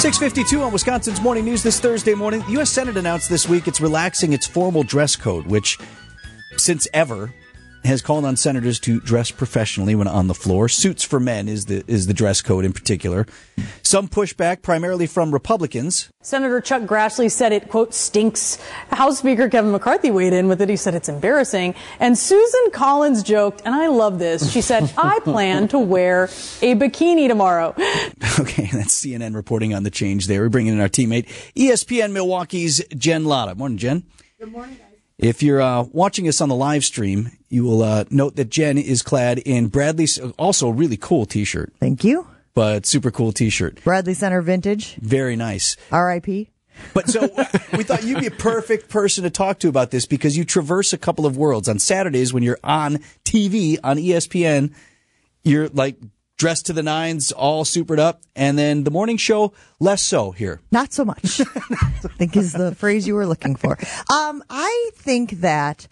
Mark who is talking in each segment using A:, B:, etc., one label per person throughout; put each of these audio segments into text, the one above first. A: 652 on Wisconsin's Morning News this Thursday morning. The U.S. Senate announced this week it's relaxing its formal dress code, which, since ever, has called on senators to dress professionally when on the floor. Suits for men is the is the dress code in particular. Some pushback, primarily from Republicans.
B: Senator Chuck Grassley said it quote stinks. House Speaker Kevin McCarthy weighed in with it. He said it's embarrassing. And Susan Collins joked, and I love this. She said, "I plan to wear a bikini tomorrow."
A: Okay, that's CNN reporting on the change there. We're bringing in our teammate, E ESPN Milwaukee's Jen Latta. Morning, Jen.
C: Good morning.
A: If you're uh, watching us on the live stream, you will uh, note that Jen is clad in Bradley's also a really cool T-shirt,
C: Thank you.
A: but super cool T-shirt,
C: Bradley Center Vintage,
A: very nice.
C: RIP.
A: But so uh, we thought you'd be a perfect person to talk to about this because you traverse a couple of worlds. On Saturdays, when you're on TV on E ESPN, you're like dressed to the nines, all supered up, and then the morning show less so here.
C: Not so much, I think is the phrase you were looking for. Um, I think that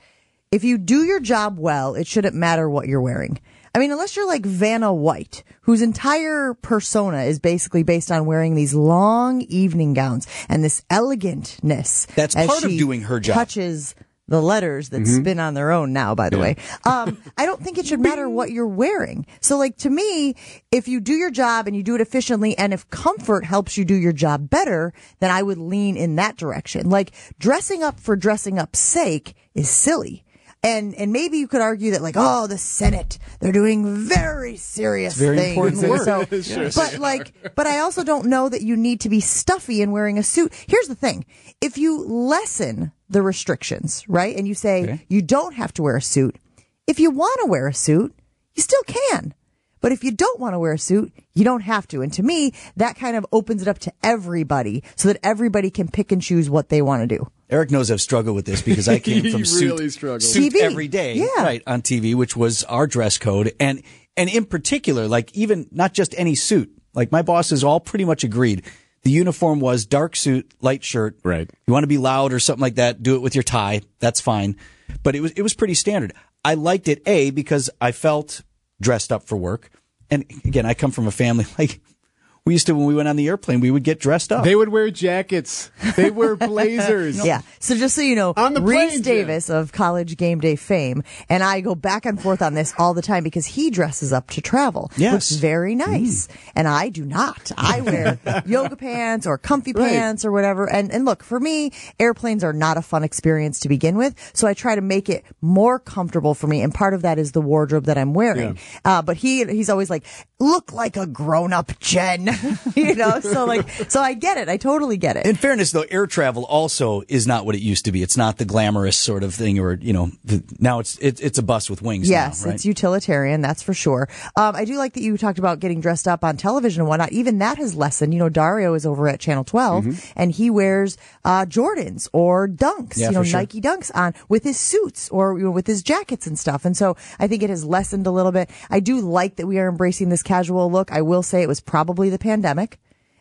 C: if you do your job well, it shouldn't matter what you're wearing. I mean, unless you're like Vanna White, whose entire persona is basically based on wearing these long evening gowns and this elegantness.
A: That's
C: as
A: part of
C: she
A: doing her job.
C: Touches the letters that
A: Mm-hmm.
C: spin on their own now, by the way. Um, I don't think it should matter what you're wearing. So like to me, if you do your job and you do it efficiently and if comfort helps you do your job better, then I would lean in that direction. Like dressing up for dressing up's sake is silly. And, and maybe you could argue that like, oh, the Senate, they're doing very serious
A: very
C: things.
A: important
C: and
A: work.
C: so but like, but I also don't know that you need to be stuffy and wearing a suit. Here's the thing. If you lessen the restrictions, right? And you say you don't have to wear a suit. If you want to wear a suit, you still can. But if you don't want to wear a suit, you don't have to. And to me, that kind of opens it up to everybody so that everybody can pick and choose what they want to do.
A: Eric knows I've struggled with this because I came from
D: He
A: suit,
D: really struggled.
A: suit
C: TV.
A: every day,
C: Yeah.
A: right on TV, which was our dress code, and and in particular, like even not just any suit. Like my bosses all pretty much agreed. The uniform was dark suit, light shirt.
D: Right.
A: You want to be loud or something like that? Do it with your tie. That's fine. But it was it was pretty standard. I liked it a because I felt dressed up for work, and again, I come from a family like we used to when we went on the airplane, we would get dressed up.
D: They would wear jackets. They wear blazers.
C: Yeah. So just so you know,
D: On the plane,
C: Reese
D: Jim.
C: Davis of College Game Day fame, and I go back and forth on this all the time because he dresses up to travel.
A: Yes.
C: Looks very nice. And I do not. I wear yoga pants or comfy
D: Right.
C: pants or whatever. And, and look, for me, airplanes are not a fun experience to begin with. So I try to make it more comfortable for me. And part of that is the wardrobe that I'm wearing. Uh, but he, he's always like, look like a grown up Jen, you know? So like, so I get it. I totally get it.
A: In fairness, though, air travel also is not what it used to be. It's not the glamorous sort of thing, or you know, the, now it's it, it's a bus with wings.
C: Yes,
A: now, right?
C: it's utilitarian, that's for sure. Um, I do like that you talked about getting dressed up on television and whatnot. Even that has lessened. You know, Dario is over at Channel 12
A: Mm-hmm.
C: and he wears uh, Jordans or Dunks,
A: Yeah,
C: you know,
A: for sure.
C: Nike Dunks on with his suits or you know, with his jackets and stuff. And so I think it has lessened a little bit. I do like that we are embracing this casual look. I will say it was probably the pandemic.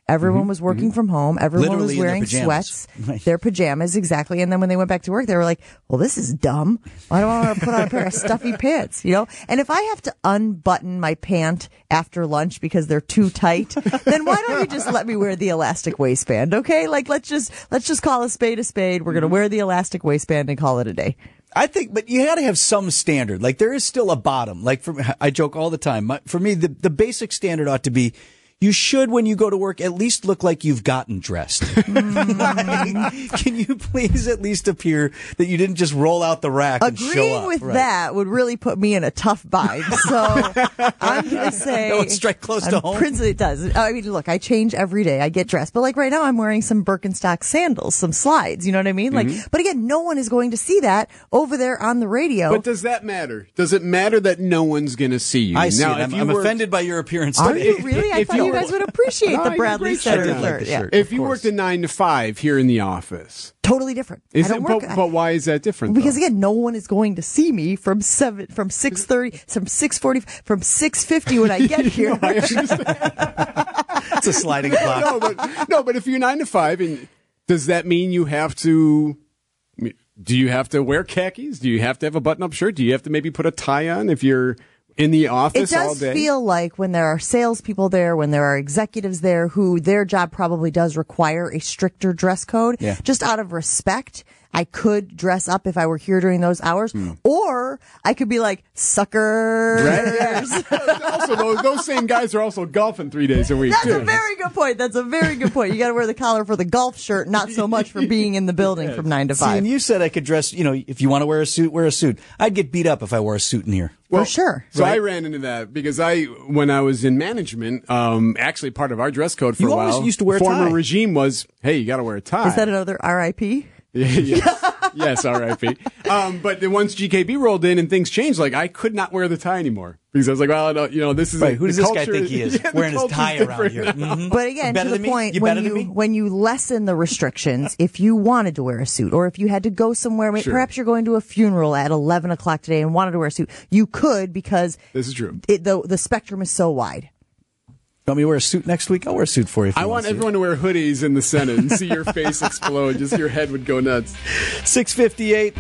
C: Everyone
A: Mm-hmm.
C: was working from home. Everyone
A: Literally
C: was
A: in their
C: wearing
A: pajamas.
C: sweats
A: Right.
C: their pajamas exactly and then when they went back to work they were like well this is dumb why do i want to put on a pair of stuffy pants you know and if i have to unbutton my pant after lunch because they're too tight then why don't you just let me wear the elastic waistband okay like let's just let's just call a spade a spade we're
A: Mm-hmm.
C: gonna wear the elastic waistband and call it a day
A: I think, but you got to have some standard. Like there is still a bottom. Like for, I joke all the time. My, for me, the the basic standard ought to be. You should, when you go to work, at least look like you've gotten dressed. Like, can you please at least appear that you didn't just roll out the rack and show
C: agreeing
A: up?
C: with
A: Right.
C: that would really put me in a tough vibe. So I'm gonna say
A: That would strike close to
C: I'm
A: home.
C: Principally, Um, it does. I mean, look, I change every day. I get dressed, but like right now, I'm wearing some Birkenstock sandals, some slides. You know what I mean?
D: Mm-hmm.
C: Like, but again, no one is going to see that over there on the radio.
D: But does that matter? Does it matter that no one's going to see you?
A: I see.
D: Now,
A: it.
D: if
A: I'm,
D: you
A: I'm
D: were-
A: offended by your appearance.
C: Are
A: today.
C: you really? I
D: if
C: thought
D: you-
C: you guys would appreciate
D: No,
C: the
D: you
C: Bradley
D: agree, sure.
C: Center
A: I did like
C: alert.
A: the
C: yeah,
A: shirt.
D: If
A: Of
D: you
A: course.
D: worked a nine to five here in the office,
C: totally different.
D: is
C: I don't
D: it?
C: work.
D: But, but why is that different?
C: because
D: though?
C: again, no one is going to see me from seven, from six thirty, from six forty, from six fifty when I get here.
A: It's a sliding clock.
D: no, but no, but if you're nine to five, and does that mean you have to? Do you have to wear khakis? Do you have to have a button-up shirt? Do you have to maybe put a tie on if you're? in the office
C: It
D: all
C: does
D: day.
C: feel like when there are salespeople there, when there are executives there who their job probably does require a stricter dress code,
A: Yeah.
C: just out of respect. I could dress up if I were here during those hours, or I could be like, sucker.
D: Hmm. Right? Yeah. also, those, those same guys are also golfing three days a week
C: That's
D: too.
C: a very good point. That's a very good point. You got to wear the collar for the golf shirt, not so much for being in the building from nine to
A: See,
C: five.
A: and you said I could dress, you know, if you want to wear a suit, wear a suit. I'd get beat up if I wore a suit in here.
C: for sure.
D: So I ran into that because I, when I was in management, um, actually part of our dress code for
A: You
D: a
A: always
D: while,
A: used to wear a
D: former
A: tie.
D: regime was, hey, you got to wear a tie.
C: Is that another RIP?
D: yes, yes, R.I.P. Um, but then once GKB rolled in and things changed, like I could not wear the tie anymore because I was like, well, no, you know, this is
A: Right? Who does
D: the
A: this guy
D: culture-
A: think he is?
D: Yeah, the
A: Wearing his
D: culture's
A: tie around
D: different
A: here.
D: now.
A: Mhm.
C: But again,
A: better
C: to the
A: than me?
C: point
A: You better
C: when
A: than
C: you
A: me?
C: when you lessen the restrictions, if you wanted to wear a suit, or if you had to go somewhere, may-
D: Sure.
C: perhaps you're going to a funeral at eleven o'clock today and wanted to wear a suit, you could because
D: This is true.
C: it, the the spectrum is so wide.
A: Want me to wear a suit next week? I'll wear a suit for you. If you
D: I want
A: to see it.
D: everyone to wear hoodies in the Senate and see your face explode. Just your head would go nuts.
A: 658.